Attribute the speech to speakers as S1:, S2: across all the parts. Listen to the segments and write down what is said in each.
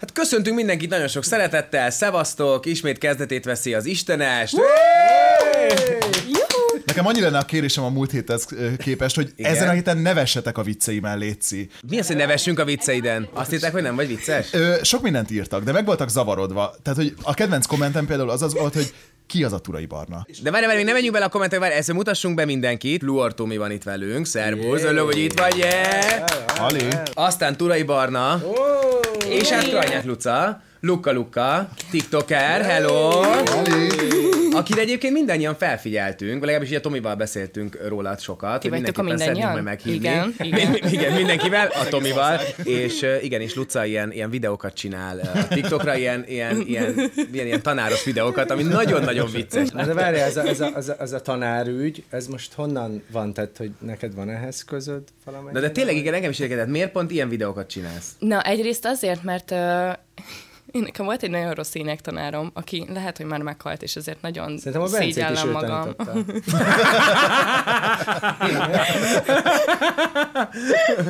S1: Hát Köszöntünk mindenkit nagyon sok szeretettel, szevasztok, ismét kezdetét veszi az Istenest.
S2: Nekem annyira lenne a kérésem a múlt héthez ö, képest, hogy
S1: Igen?
S2: Igen? ezen a héten nevessetek a vicceimen, Léci.
S1: Mi az, hogy nevessünk a vicceiden? Azt hitták, hogy nem vagy vicces?
S2: Ö, sok mindent írtak, de meg voltak zavarodva. Tehát, hogy a kedvenc kommentem például az az volt, hogy ki az a Turai Barna?
S1: De várj, várj, még nem menjünk bele a kommentekbe, várj, ezt mutassunk be mindenkit. Luar Tomi van itt velünk, szervusz, örülök, hogy itt vagy, yeah.
S2: Ali?
S1: Aztán Turai Barna,
S3: Oh!
S1: és hát Krajnyák Luca, Luka Luka, TikToker, hello!
S2: Ali?
S1: Akire egyébként mindannyian felfigyeltünk, vagy legalábbis ugye Tomival beszélt sokat. sokat. hogy
S3: vagytok a
S1: mindenképpen szeretnénk majd meghívni.
S3: mindannyian? Igen,
S1: Mi- mi- igen, mindenkivel, a Tomival, és ö, igen, és Luca ilyen, ilyen videókat csinál ö, a TikTokra, ilyen, ilyen, ilyen, ilyen, ilyen tanáros videókat, ami nagyon-nagyon vicces.
S4: Na, De várj, ez a, ez, a, ez, a, ez a tanárügy, ez most honnan van? Tehát, hogy neked van ehhez közöd valamelyik?
S1: Na de tényleg igen, engem is érdekel, tehát miért pont ilyen videókat csinálsz?
S3: Na, egyrészt azért, mert uh, én nekem volt egy nagyon rossz énektanárom, aki lehet, hogy már meghalt, és ezért nagyon
S4: Szerintem a Bencét is
S3: szégyellem
S4: ő
S3: magam.
S4: tanította.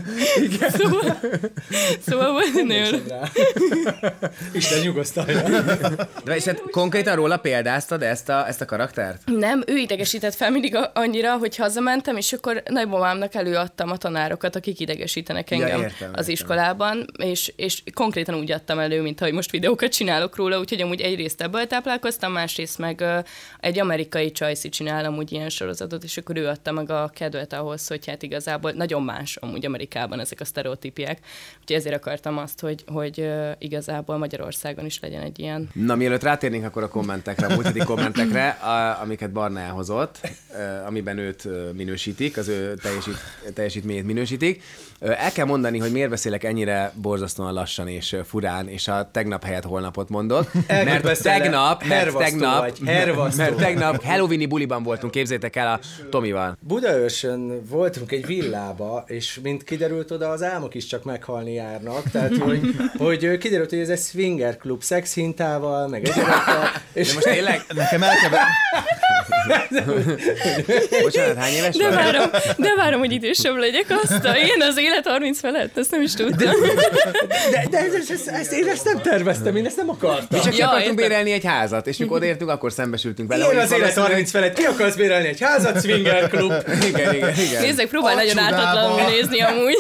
S3: Szóval, szóval volt egy nagyon...
S4: Isten nyugosztalja.
S1: De és hát konkrétan róla példáztad ezt a, ezt a karaktert?
S3: Nem, ő idegesített fel mindig a- annyira, hogy hazamentem, és akkor nagymamámnak előadtam a tanárokat, akik idegesítenek
S1: Ja,
S3: engem
S1: értem,
S3: az
S1: értem.
S3: iskolában, és, és konkrétan úgy adtam elő, mint ahogy most videókat csinálok róla, úgyhogy amúgy egyrészt ebből táplálkoztam, másrészt meg ö, egy amerikai csajszi csinál amúgy ilyen sorozatot, és akkor ő adta meg a kedvet ahhoz, hogy hát igazából nagyon más amúgy Amerikában ezek a sztereotípiák, úgyhogy ezért akartam azt, hogy, hogy ö, igazából Magyarországon is legyen egy ilyen.
S1: Na, mielőtt rátérnénk akkor a kommentekre, a múlt heti kommentekre, a, amiket Barna elhozott, ö, amiben őt ö, minősítik, az ő teljesít, teljesítményét minősítik. Ö, El kell mondani, hogy miért beszélek ennyire borzasztóan lassan és ö, furán, és a tegnap helyett holnapot mondok.
S4: Elkezdett
S1: Mert
S4: beszélni.
S1: tegnap, mert
S4: Hervasztó
S1: tegnap,
S4: vagy, hervasztó.
S1: mert tegnap halloweeni buliban voltunk, képzétek el a Tomival.
S4: Budaörsön voltunk egy villába, és mint kiderült oda, az álmok is csak meghalni járnak. Tehát, hogy, hogy ö, kiderült, hogy ez egy swinger klub szexhintával, meg egyébként. És
S1: De most tényleg,
S2: Nekem elkeve...
S1: bocsánat, hány éves
S3: De
S1: vagy?
S3: várom, de várom, hogy idősebb legyek azt. a- Én az élet 30 felett, ezt nem is tudtam.
S4: de, de ezt, ezt, ezt, én ezt nem terveztem, én ezt nem akartam.
S1: Mi csak ki
S3: Ja,
S1: akartunk
S3: értem.
S1: bérelni egy házat, és mikor odaértünk, akkor szembesültünk vele.
S4: Ilyen
S1: hogy
S4: az élet
S1: valószínűleg-
S4: 30 felett, ki akarsz bérelni egy házat, swinger klub?
S1: Igen, igen, igen.
S3: Nézzek, próbál nagyon
S2: Acsudába.
S3: ártatlanul nézni amúgy.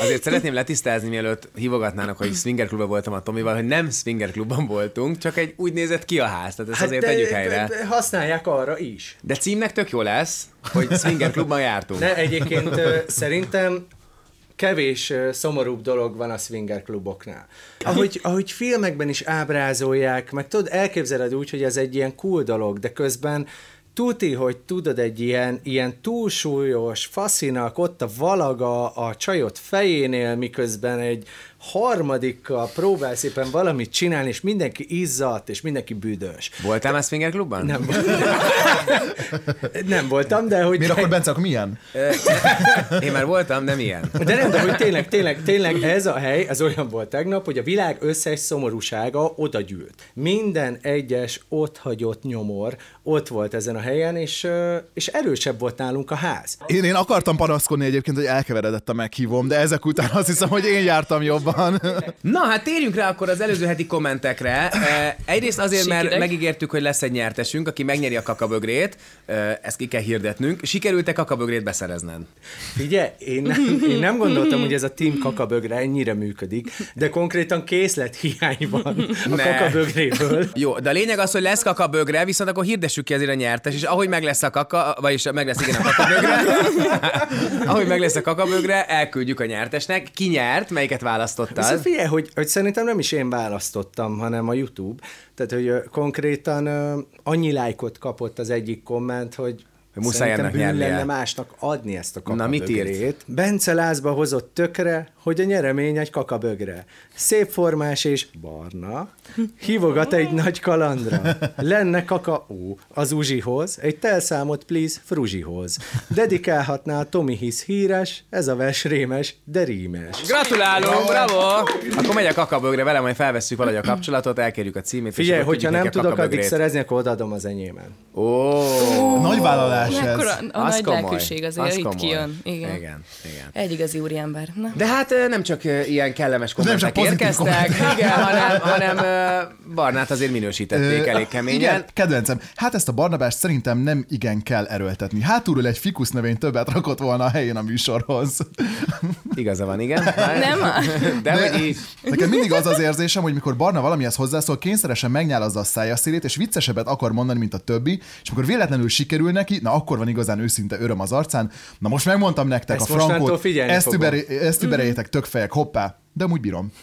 S1: Azért szeretném letisztázni, mielőtt hívogatnának, hogy swinger klubban voltam a Tomival, hogy nem swinger klubban voltunk, csak egy úgy nézett ki a ház, tehát ezt azért
S4: Hát, de-
S1: tegyük helyre.
S4: de- de Használják arra is.
S1: De címnek tök jó lesz, hogy swinger klubban jártunk.
S4: De egyébként ö, szerintem kevés ö, szomorúbb dolog van a swinger kluboknál. Ahogy, ahogy filmekben is ábrázolják, meg tudod, elképzeled úgy, hogy ez egy ilyen cool dolog, de közben tuti, hogy tudod, egy ilyen, ilyen túlsúlyos faszinak ott a valaga a csajot fejénél, miközben egy harmadikkal próbálsz éppen valamit csinálni, és mindenki izzadt, és mindenki büdös.
S1: Voltál már swinger klubban?
S4: Nem voltam. Nem voltam, de hogy...
S2: Miért akkor Bence, akkor milyen?
S1: Én már voltam, nem ilyen.
S4: De nem, de hogy tényleg, tényleg, tényleg ez a hely, ez olyan volt tegnap, hogy a világ összes szomorúsága oda gyűlt. Minden egyes ott hagyott nyomor ott volt ezen a helyen, és, ö, és erősebb volt nálunk a ház.
S2: Én, én akartam panaszkodni egyébként, hogy elkeveredett a meghívom, de ezek után azt hiszem, hogy én jártam jobban.
S1: Na, hát térjünk rá akkor az előző heti kommentekre. Eh, Egyrészt azért, mert
S3: Sikideg.
S1: megígértük, hogy lesz egy nyertesünk, aki megnyeri a kakabögrét. Eh, Ezt ki kell hirdetnünk. Sikerült-e kakabögrét beszerezned?
S4: Figyelj, én nem, én nem gondoltam, hogy ez a Team Kakabögre ennyire működik, de konkrétan készlethiány van a
S1: Ne.
S4: kakabögréből.
S1: Jó, de a lényeg az, hogy lesz kakabögre, viszont akkor hirdessük ki azért a nyertes, és ahogy meg lesz a kaka, vagyis meg lesz igen a kakabögre, ahogy meg lesz a kakabögre, elküldjük a nyertesnek. Ki nyert, melyiket választottál?
S4: Viszont figyelj, hogy, hogy szerintem nem is én választottam, hanem a YouTube. Tehát, hogy ö, konkrétan ö, annyi lájkot kapott az egyik komment, hogy
S1: Hogy muszáj
S4: szerintem
S1: ennek
S4: bűn
S1: nyernie.
S4: lenne másnak adni ezt a
S1: Na, mit írt?
S4: kakabögrét. Bence lázba hozott tökre, hogy a nyeremény egy kakabögre. Szép formás és barna. Hívogat egy nagy kalandra. Lenne kaka ú az Uzsihoz, egy telszámot please Fruzsihoz. Dedikálhatná a Tomi hisz híres, ez a vers rémes, de rímes.
S1: Gratulálunk, bravo! Akkor megy a kakabögre vele, majd felvesszük valahogy a kapcsolatot, elkérjük a címét. és
S4: Figyelj,
S1: akkor
S4: hogyha
S1: küldjük
S4: nem
S1: neki a
S4: tudok addig
S1: kakabögrét.
S4: szerezni, akkor odaadom az enyémen.
S1: Ó,
S2: Nagy vállalás ez.
S3: Akkor a, a
S1: az
S3: nagy
S1: komoly.
S3: lelkűség azért
S1: az
S3: itt
S1: komoly.
S3: kijön. Igen.
S1: igen, igen.
S3: Egy igazi úriember. Na.
S1: De hát ö, nem csak ö, ilyen kellemes
S2: Nem csak
S1: kommentek
S2: pozitív
S1: érkeztek, igen, hanem, hanem ö, Barnát azért minősítették elég keményen.
S2: Igen, kedvencem. Hát ezt a Barnabást szerintem nem igen kell erőltetni. Hátulról egy fikusz növény többet rakott volna a helyén a műsorhoz.
S1: Igaza van, igen. Már-
S3: Nem áll.
S1: De hogy így.
S2: Nekem mindig az az érzésem, hogy mikor Barna valamihez hozzászól, kényszeresen megnyálazza a szája szélét, és viccesebbet akar mondani, mint a többi, és amikor véletlenül sikerül neki, na akkor van igazán őszinte öröm az arcán. Na most megmondtam nektek
S4: Ezt
S2: a frankót,
S4: mostantól figyelni
S2: ezt,
S4: fogom.
S2: überé, ezt überéljétek tökfejek, hoppá, de úgy bírom.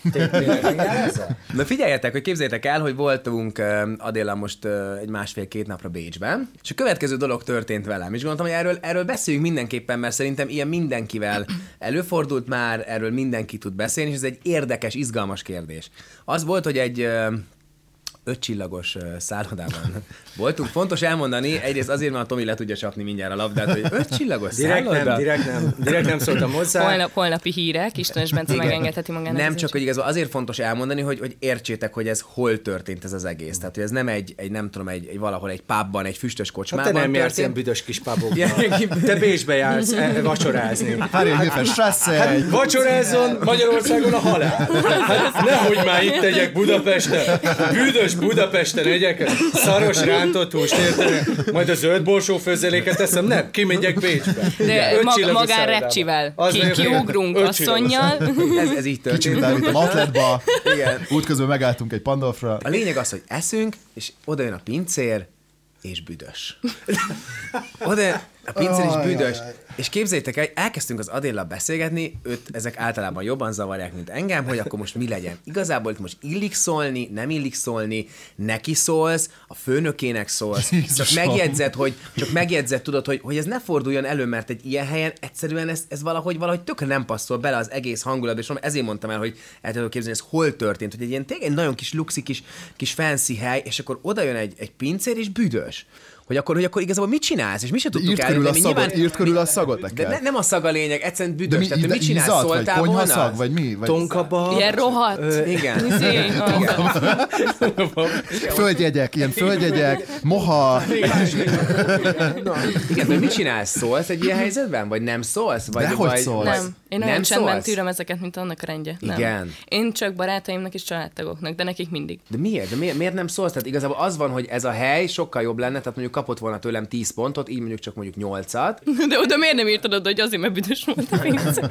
S1: Na figyeljetek, hogy képzeljétek el, hogy voltunk ö, Adéla most ö, egy másfél-két napra Bécsben, és a következő dolog történt velem, és gondoltam, hogy erről, erről beszéljünk mindenképpen, mert szerintem ilyen mindenkivel előfordult már, erről mindenki tud beszélni, és ez egy érdekes, izgalmas kérdés. Az volt, hogy egy ö, ötcsillagos ö, szállodában voltunk. Fontos elmondani, egyrészt azért, mert a Tomi le tudja csapni mindjárt a labdát, hogy ötcsillagos
S4: Direkt
S1: szálloda.
S4: nem, direkt nem, direkt nem szóltam hozzá.
S3: Holnap, holnapi hírek, Istenes Bence megengedheti magának.
S1: Nem
S3: az
S1: csak, hogy igazából azért fontos elmondani, hogy, hogy értsétek, hogy ez hol történt ez az egész. Tehát, hogy ez nem egy, egy nem tudom, egy, egy valahol egy pubban, egy füstös
S4: Hát
S1: kocsmában
S4: te nem jársz ilyen
S1: történt.
S4: büdös kis pubokba.
S1: Ilyen-
S4: Te Bécsbe jársz e, vacsorázni.
S2: Várj, hogy
S1: Hát,
S2: Hilfer Strasser,
S4: Vacsorázzon Magyarországon a halál. Hát nehogy már itt tegyek Budapesten. Büdös Budapesten egyek. Szaros rántott húst értenek. Majd a zöld borsó főzeléket eszem. Nem, kimegyek Bécsbe.
S3: De
S4: Öt
S3: mag,
S4: csillagos
S3: magán
S4: szállodába.
S3: repcsivel.
S4: Az
S3: Ki,
S4: nagyon jó.
S3: kiugrunk
S4: Öt csillagos
S3: asszonynal.
S1: ez, ez így történt.
S2: Sétálunk a atletba,
S1: Igen. Hát,
S2: útközben megálltunk egy pandolfra.
S1: A lényeg az, hogy eszünk, és oda jön a pincér, és büdös. Oda jön a pincér is büdös. És képzeljétek el, elkezdtünk az Adéllal beszélgetni, őt ezek általában jobban zavarják, mint engem, hogy akkor most mi legyen. Igazából itt most illik szólni, nem illik szólni, neki szólsz, a főnökének szólsz. Csak
S2: Jézusom.
S1: megjegyzed, hogy, csak megjegyzed, tudod, hogy, hogy ez ne forduljon elő, mert egy ilyen helyen egyszerűen ez, ez valahogy, valahogy tökre nem passzol bele az egész hangulatba, és mondom, ezért mondtam el, hogy el tudok képzelni, ez hol történt, hogy egy ilyen tényleg egy nagyon kis luxi, kis, kis fancy hely, és akkor oda jön egy, egy pincér, és büdös. Hogy akkor, hogy akkor igazából mit csinálsz, és mi sem tudtuk
S2: Írt körül a
S1: eldönteni.
S2: szagot,
S1: Nyilván-
S2: írt körül a szagot
S1: de ne,
S2: neked.
S1: nem a szag a lényeg, egyszerűen büdös.
S2: De mi,
S1: Tehát, hogy
S2: de
S1: mit csinálsz,
S2: ízat, vagy
S1: szóltál volna?
S2: konyhaszag, vagy mi? Vagy
S4: Tonkaba.
S3: Ilyen rohadt.
S1: Igen.
S3: Izé, az-
S2: Földjegyek, ilyen földjegyek, moha.
S1: Igen, de mit csinálsz? Szólsz egy ilyen helyzetben? Vagy nem szólsz? Vagy,
S2: Dehogy
S1: vagy,
S2: szólsz.
S1: Vagy,
S3: Nem, én
S1: nem
S3: olyan csendben
S1: szólsz?
S3: tűröm ezeket, mint annak a rendje. Nem.
S1: Igen.
S3: Én csak barátaimnak és családtagoknak, de nekik mindig.
S1: De miért? De miért, miért nem szólsz? Tehát igazából az van, hogy ez a hely sokkal jobb lenne, tehát mondjuk kapott volna tőlem 10 pontot, így mondjuk csak mondjuk 8-at.
S3: De oda miért nem írtad oda, hogy azért, mert büdös volt a pincér?
S1: Nem, csak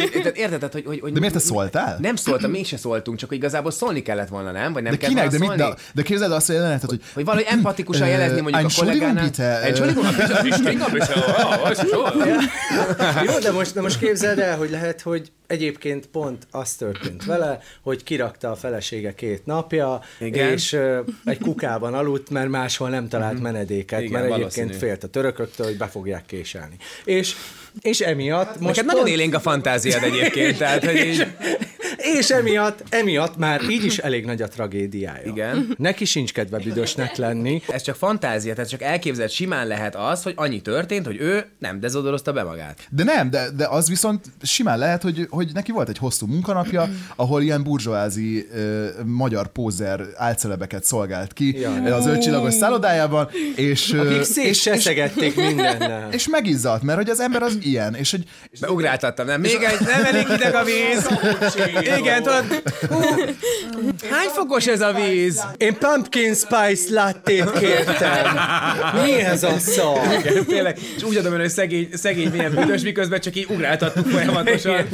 S1: hogy- tehát érted, tehát, hogy, hogy, hogy
S2: De miért te szóltál?
S1: Nem szóltam, mi se szóltunk, csak hogy igazából szólni kellett volna, nem? Vagy nem
S2: De
S1: kellett
S2: kinek? De,
S1: volna
S2: mit,
S1: szólni?
S2: de, de képzeld azt, hogy jelenetet, hogy
S1: Hogy valahogy empatikusan
S2: Ö,
S1: jelezni mondjuk a
S2: Entschuldigung
S1: kollégánál.
S2: bitte, ö.
S1: Entschuldigung bitte. Entschuldigung bitte. Oh, was soll?
S4: Jó, de most, de most képzeld el, hogy lehet, hogy egyébként pont az történt vele, hogy kirakta a felesége két napja,
S1: Igen. Mhm.
S4: Igen. és ö, egy kukában aludt, mert máshol nem talált menedéket,
S1: Igen,
S4: Igen, mert egyébként
S1: valószínű.
S4: félt a törököktől, hogy be fogják késelni. És, és emiatt most
S1: Hát, Neked nagyon
S4: pont-
S1: élénk a fantáziád egyébként, tehát hogy így...
S4: és emiatt, emiatt már így is elég nagy a tragédiája.
S1: Igen.
S4: Neki sincs kedve büdösnek lenni.
S1: Ez csak fantázia, tehát csak elképzelt simán lehet az, hogy annyi történt, hogy ő nem dezodorozta be magát.
S2: De nem, de, de az viszont simán lehet, hogy, hogy neki volt egy hosszú munkanapja, ahol ilyen burzsóázi ö, magyar pózer álcelebeket szolgált ki ja. az ötcsillagos szállodájában, és, ö,
S4: Akik
S2: és, és,
S4: szétseszegették mindennel.
S2: és megizzadt, mert hogy az ember az ilyen, és hogy
S1: Be ugráltattam, nem? Még egy, nem elég hideg a víz. Igen, tudod. Hú, Hány fokos ez a víz?
S4: Én pumpkin spice lattét kértem. Mi ez a szar?
S1: Igen, tényleg. És úgy adom el, hogy szegény, szegény milyen büdös, miközben csak így ugráltattuk folyamatosan.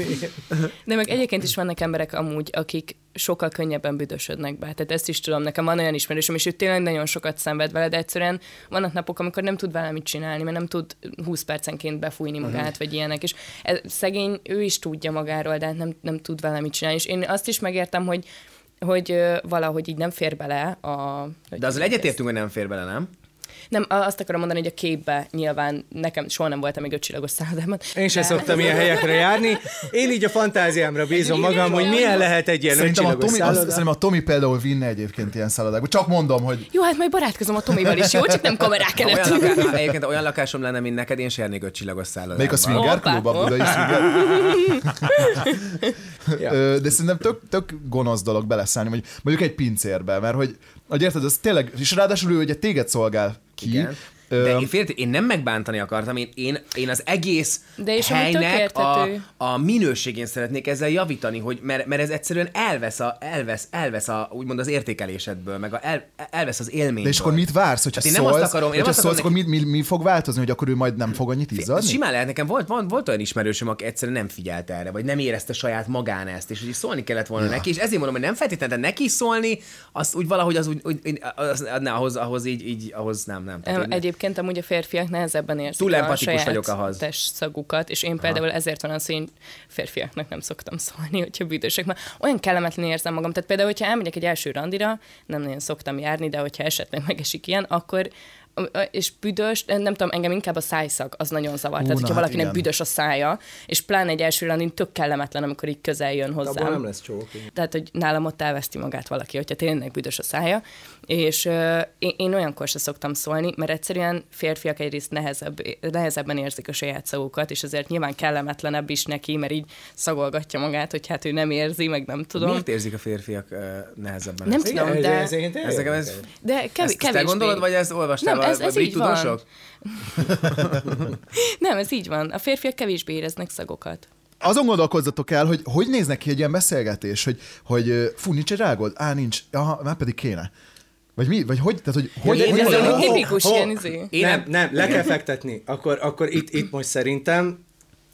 S3: De meg egyébként is vannak emberek amúgy, akik sokkal könnyebben büdösödnek be. Tehát ezt is tudom, nekem van olyan ismerősöm, és ő tényleg nagyon sokat szenved vele, de egyszerűen vannak napok, amikor nem tud vele mit csinálni, mert nem tud 20 percenként befújni
S1: Mhm.
S3: magát, vagy ilyenek. És ez, szegény, ő is tudja magáról, de hát nem, nem tud vele mit csinálni. És én azt is megértem, hogy hogy ö, valahogy így nem fér bele a... hogy
S1: De azzal
S3: ezt-
S1: egyetértünk, hogy nem fér bele, nem?
S3: Nem, a- azt akarom mondani, hogy a képbe nyilván nekem soha nem voltam még ötcsillagos szállodában.
S4: Én sem szoktam ilyen helyekre járni. Én így a fantáziámra bízom magam, hogy milyen lehet egy ilyen
S2: szerintem a,
S4: öncsillagos
S2: Tomi, azt,
S4: szálloda.
S2: szerintem a Tomi például vinne egyébként ilyen szállodákba. Csak mondom, hogy
S3: Jó, hát majd barátkozom a Tomival is, jó? Csak nem kamerák
S1: Ha Olyan
S3: előtt.
S1: laká... ha egyébként olyan lakásom lenne, mint neked, én se járnék öt csillagos szállodában.
S2: melyik a swinger
S3: Hoppá.
S2: klub, a budai swinger. Ö, De szerintem tök, tök gonosz dolog beleszállni, hogy mondjuk egy pincérbe, mert hogy, hogy érted, az tényleg, és ráadásul ő ugye téged szolgál ki,
S1: Igen. De én, félti, én nem megbántani akartam, én, én, én az egész
S3: De és ami
S1: helynek
S3: tök
S1: a,
S3: érthető.
S1: a minőségén szeretnék ezzel javítani, hogy mert, mert ez egyszerűen elvesz, a, elvesz, elvesz a, úgymond az értékelésedből, meg a, el, elvesz az élményből.
S2: De és akkor mit vársz, hogyha
S1: Tehát Hát én
S2: szólsz,
S1: nem azt akarom- én nem
S2: hogyha
S1: azt akarom
S2: szólsz, akkor mi, mi, mi, fog változni, hogy akkor ő majd nem fog annyit
S1: Ez
S2: izzadni?
S1: Simán lehet, nekem volt, volt, volt olyan ismerősöm, aki egyszerűen nem figyelt erre, vagy nem érezte saját magán ezt, és úgy szólni kellett volna ja. neki, és ezért mondom, hogy nem feltétlenül de neki szólni, azt úgy valahogy az úgy, úgy az, ne, ahhoz, ahhoz így, így, ahhoz nem, nem. Tehát,
S3: Em,
S1: én-
S3: Egyébként amúgy a férfiak nehezebben érzik
S1: Túl
S3: a
S1: empatikus
S3: saját
S1: vagyok ahhoz.
S3: testszagukat, és én például Aha. ezért van az, hogy én férfiaknak nem szoktam szólni, hogyha büdösek, mert olyan kellemetlen érzem magam. Tehát például, hogyha elmegyek egy első randira, nem nagyon szoktam járni, de hogyha esetleg megesik ilyen, akkor és büdös, nem tudom, engem inkább a szájszag az nagyon zavar.
S2: Ú,
S3: Tehát,
S2: na
S3: hogyha
S2: hát
S3: valakinek
S2: igen.
S3: büdös a szája, és pláne egy első randin tök kellemetlen, amikor így közel jön
S4: Abban
S3: hozzám.
S4: nem lesz csók.
S3: Tehát, hogy nálam ott elveszti magát valaki, hogyha tényleg büdös a szája, és uh, én, én olyankor se szoktam szólni, mert egyszerűen férfiak egyrészt nehezebb, nehezebben érzik a saját szavukat, és ezért nyilván kellemetlenebb is neki, mert így szagolgatja magát, hogy hát ő nem érzi, meg nem tudom.
S1: Miért érzik a férfiak ö, nehezebben
S3: Nem
S1: ezt?
S3: tudom, de,
S4: ez,
S3: de,
S4: ez,
S1: Ez
S4: ez,
S1: nekem ez,
S4: ez,
S3: de
S1: ezt
S3: kevés,
S1: te gondolod, vagy ezt olvastál
S3: Nem,
S1: a-
S3: ez-
S1: a
S3: ez
S1: brit
S3: így van.
S1: tudósok?
S3: Nem, ez így van. A férfiak kevésbé éreznek szagokat.
S2: Azon gondolkozzatok el, hogy hogy néz neki egy ilyen beszélgetés, hogy, hogy ö, fú, nincs egy rágod? Á, nincs. Aha, már pedig kéne. Vagy mi? Vagy hogy? Tehát, hogy hogy,
S1: én
S2: hogy
S1: ez
S3: Ez
S1: olyan
S2: van-
S3: egy
S1: Ho,
S3: tipikus
S4: ho.
S3: ilyen izé.
S1: Én
S4: Én nem,
S1: nem-
S4: nem, le kell fektetni. Akkor, akkor itt, itt most szerintem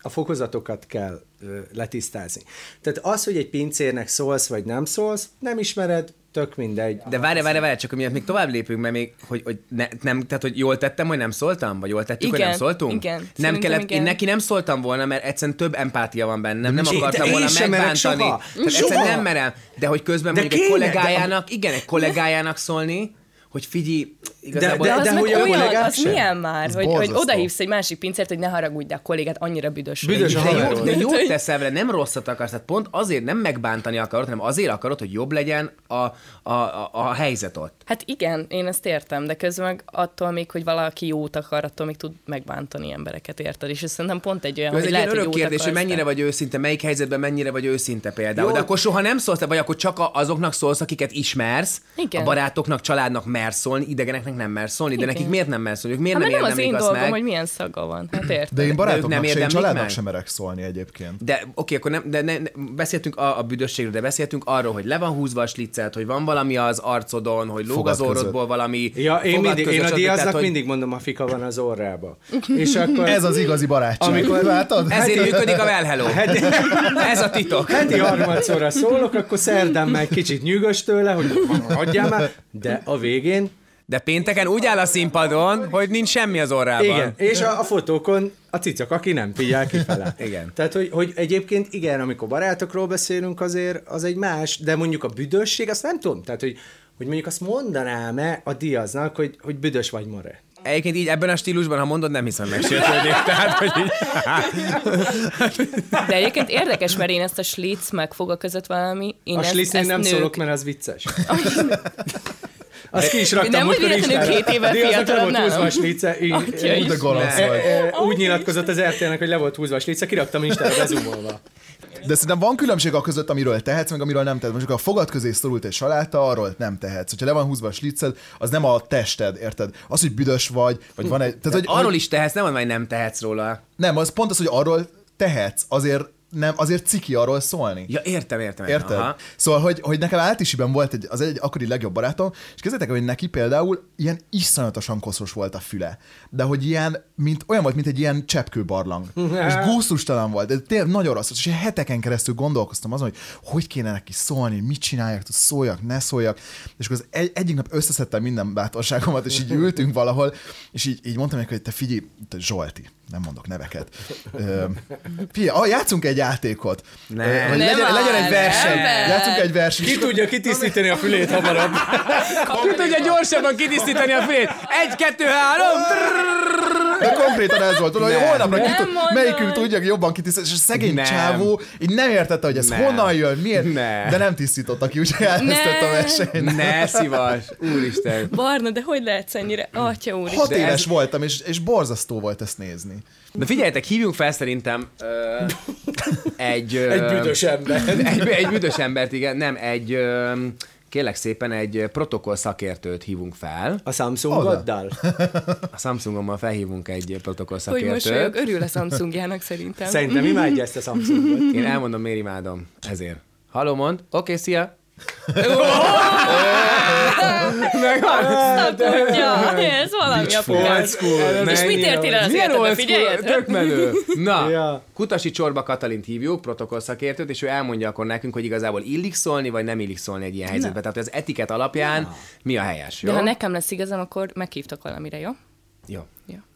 S4: a fokozatokat kell ö, letisztázni. Tehát az, hogy egy pincérnek szólsz, vagy nem szólsz, nem ismered, tök mindegy.
S1: De várj, várj, várj, csak miatt még tovább lépünk, mert még, hogy, hogy ne, nem, tehát, hogy jól tettem, hogy nem szóltam? Vagy jól tettük, hogy nem
S3: Igen,
S1: szóltunk?
S3: igen.
S1: Nem
S3: Szerintem
S1: kellett,
S3: igen.
S1: én neki nem szóltam volna, mert egyszerűen több empátia van bennem, nem
S4: mi-
S1: akartam
S4: de én
S1: volna
S4: sem merek
S1: megbántani.
S4: soha.
S1: Tehát egyszerűen
S4: Soha.
S1: nem merem. De hogy közben
S4: De
S1: mondjuk egy
S4: kéne, de-
S1: kollégájának, igen, egy kollégájának szólni, hogy figyelj, igazából...
S4: De
S3: De, az
S4: hogy
S3: meg
S4: a
S3: olyan,
S4: kollégát
S3: az
S4: sem?
S3: milyen már, hogy, hogy
S2: borzasztó.
S3: odahívsz egy másik pincért, hogy ne haragudj, de a kollégát annyira büdös.
S4: Büdös a
S1: de
S4: haverod.
S1: jót, de jót teszel vele, nem rosszat akarsz. Tehát pont azért nem megbántani akarod, hanem azért akarod, hogy jobb legyen a, a, a, a helyzet ott.
S3: Hát igen, én ezt értem, de közben meg attól még, hogy valaki jót akar, attól még tud megbántani embereket, érted? És ez szerintem pont egy olyan,
S1: Ez
S3: hogy
S1: egy
S3: lehet,
S1: ilyen örök
S3: hogy jót
S1: kérdés, hogy
S3: akarsz,
S1: mennyire
S3: de-
S1: vagy őszinte, melyik helyzetben mennyire vagy őszinte például.
S4: Jó.
S1: De akkor soha nem szólsz, vagy akkor csak a- azoknak szólsz, akiket ismersz.
S3: Igen.
S1: A barátoknak, családnak mersz szólni, idegeneknek nem mersz szólni, de nekik miért nem mersz szólni? Ők miért
S3: Hát
S1: nem
S3: mert nem az
S1: érdemlik
S3: én
S1: azt
S3: dolgom,
S1: meg?
S3: hogy milyen szaga van. Hát érted?
S2: De én barátoknak
S1: nem
S2: se, én
S1: érdemlik
S2: családnak
S1: meg?
S2: sem merek szólni egyébként.
S1: De oké, okay, akkor nem, de ne, ne, beszéltünk a, a büdösségről, de beszéltünk arról, hogy le van húzva a slicet, hogy van valami az arcodon, hogy lóg
S2: Fogad
S1: az orrodból
S2: között.
S1: valami.
S4: Ja, én,
S1: fogad
S4: mindig, én
S1: között,
S4: a
S1: stb.
S4: diaznak
S1: Tehát, hogy-
S4: mindig mondom, a fika van az orrába. És akkor...
S2: Ez az igazi barátság.
S4: Amikor-
S2: Látod? Hát
S1: Ezért működik a Well Hello.
S4: Heti,
S1: Ez a titok.
S4: heti harmadszorra szólok, akkor szerdán már kicsit nyűgös tőle, hogy adjál már, de a végén
S1: De pénteken úgy áll a színpadon, hogy nincs semmi az orrában.
S4: Igen, és a, a fotókon a cicak, aki nem figyel kifele.
S1: Igen.
S4: Tehát, hogy, hogy egyébként igen, amikor barátokról beszélünk, azért az egy más, de mondjuk a büdösség, azt nem tudom. Tehát, hogy, hogy mondjuk azt mondanám-e a diaznak, hogy, hogy büdös vagy more.
S1: Egyébként így ebben a stílusban, ha mondod, nem hiszem megsértődnék. Tehát, hogy így...
S3: De egyébként érdekes, mert én ezt a slitz meg foga között valami... Én
S4: A
S3: ezt-
S4: slisznél
S3: ezt
S4: nem
S3: nők-
S4: szólok, mert az vicces. Azt ki is raktam
S3: Nem, hogy
S4: múltkor
S3: véletlenül
S4: Instára.
S3: két évvel
S4: A diaznak le
S3: fiatalabb
S4: volt húzva a
S3: nálam.
S4: slice, így-
S3: Atya
S4: így-
S3: is.
S2: Te gonosz
S4: e-
S2: vagy.
S4: e- úgy nyilatkozott az RTL-nek, hogy le volt húzva a slice, kiraktam Instára bezumolva.
S2: De szerintem van különbség a között, amiről tehetsz, meg amiről nem tehetsz. Mondjuk ha a fogad közé szorult egy saláta, arról nem tehetsz. Ha le van húzva a sliced, az nem a tested, érted? Az, hogy büdös vagy, vagy van egy... Tehát, hogy,
S1: Arról
S2: hogy,
S1: is tehetsz, nem mondd már, hogy nem tehetsz róla.
S2: nem, az pont az, hogy arról tehetsz, azért nem, azért ciki arról szólni.
S1: Ja, értem, értem.
S2: Érted?
S1: Aha.
S2: Szóval, hogy, hogy nekem áltisiben volt egy, az egy akkori legjobb barátom, és kezdjétek, el, hogy neki például ilyen iszonyatosan koszos volt a füle. De hogy ilyen, mint, olyan volt, mint egy ilyen cseppkőbarlang. és gusztustalan volt, de tényleg nagyon rossz. És heteken keresztül gondolkoztam azon, hogy hogy kéne neki szólni, mit csináljak, tud szóljak, ne szóljak. És akkor az egy, egyik nap összeszedtem minden bátorságomat, és így ültünk valahol, és így, így mondtam neki, hogy te figyelj, te Zsolti, nem mondok neveket. Ö, figyelj, ah, játszunk egy játékot.
S1: Ne.
S2: Ö,
S1: Nem
S2: hogy legyen, legyen egy
S3: áll,
S2: verseny.
S3: nem.
S2: Játszunk egy verseny.
S4: Ki tudja kitisztítani a fülét hamarabb?
S1: Ki tudja gyorsabban kitisztítani a fülét? Egy, kettő, három!
S2: De konkrétan ez volt, hogy holnapra ki
S3: Nem
S2: tud,
S3: mondod.
S2: melyikünk tudja jobban kitisztítani, és a szegény
S1: Nem.
S2: csávó így nem értette, hogy ez
S1: Nem.
S2: honnan jön, miért,
S1: Nem.
S2: de nem tisztította ki, úgyhogy elvesztett a
S3: Nem.
S2: versenyt.
S1: Ne szívas, úristen.
S3: Barna, de hogy lehetsz ennyire? Atya úr.
S2: Hat
S1: De ez-
S2: éves voltam, és, és borzasztó volt ezt nézni.
S1: Na figyeljetek, hívjunk fel szerintem ö, egy... Ö,
S4: Egy büdös ember.
S1: Egy, egy büdös embert, igen. Nem, egy... Ö, kérlek szépen egy protokoll szakértőt hívunk fel.
S4: A Samsungoddal?
S1: A Samsungommal felhívunk egy protokoll
S3: Hogy mosolyog,
S1: szakértőt.
S3: örül a Samsungjának szerintem.
S4: Szerintem imádja ezt a Samsungot.
S1: Én elmondom, miért imádom. Ezért. Halló, mond. Oké, okay, szia.
S3: Meghatotja. Ez valami apukám.
S4: school.
S3: És mit értél el az
S1: Milyen
S3: életedbe,
S1: old school,
S3: figyelj?
S1: tök menő. Na,
S4: Ja.
S1: Kutasi Csorba Katalint hívjuk, protokollszakértőt, és ő elmondja akkor nekünk, hogy igazából illik szólni, vagy nem illik szólni egy ilyen helyzetben. Tehát az etiket alapján mi a helyes, jó?
S3: De ha nekem lesz igazam, akkor meghívtak valamire, jó?
S1: Jó.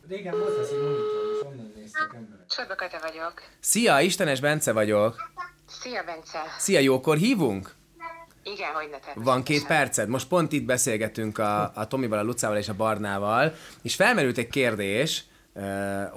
S4: Régen volt ez egy monitor, és onnan néztek emberek.
S5: Csorba Kata vagyok.
S1: Szia, Istenes Bence vagyok.
S5: Szia, Bence.
S1: Szia, jókor hívunk?
S5: Igen, hogy ne természetesen.
S1: Van két perced. Most pont itt beszélgetünk a, a Tomival, a Lucával és a Barnával, és felmerült egy kérdés, ö,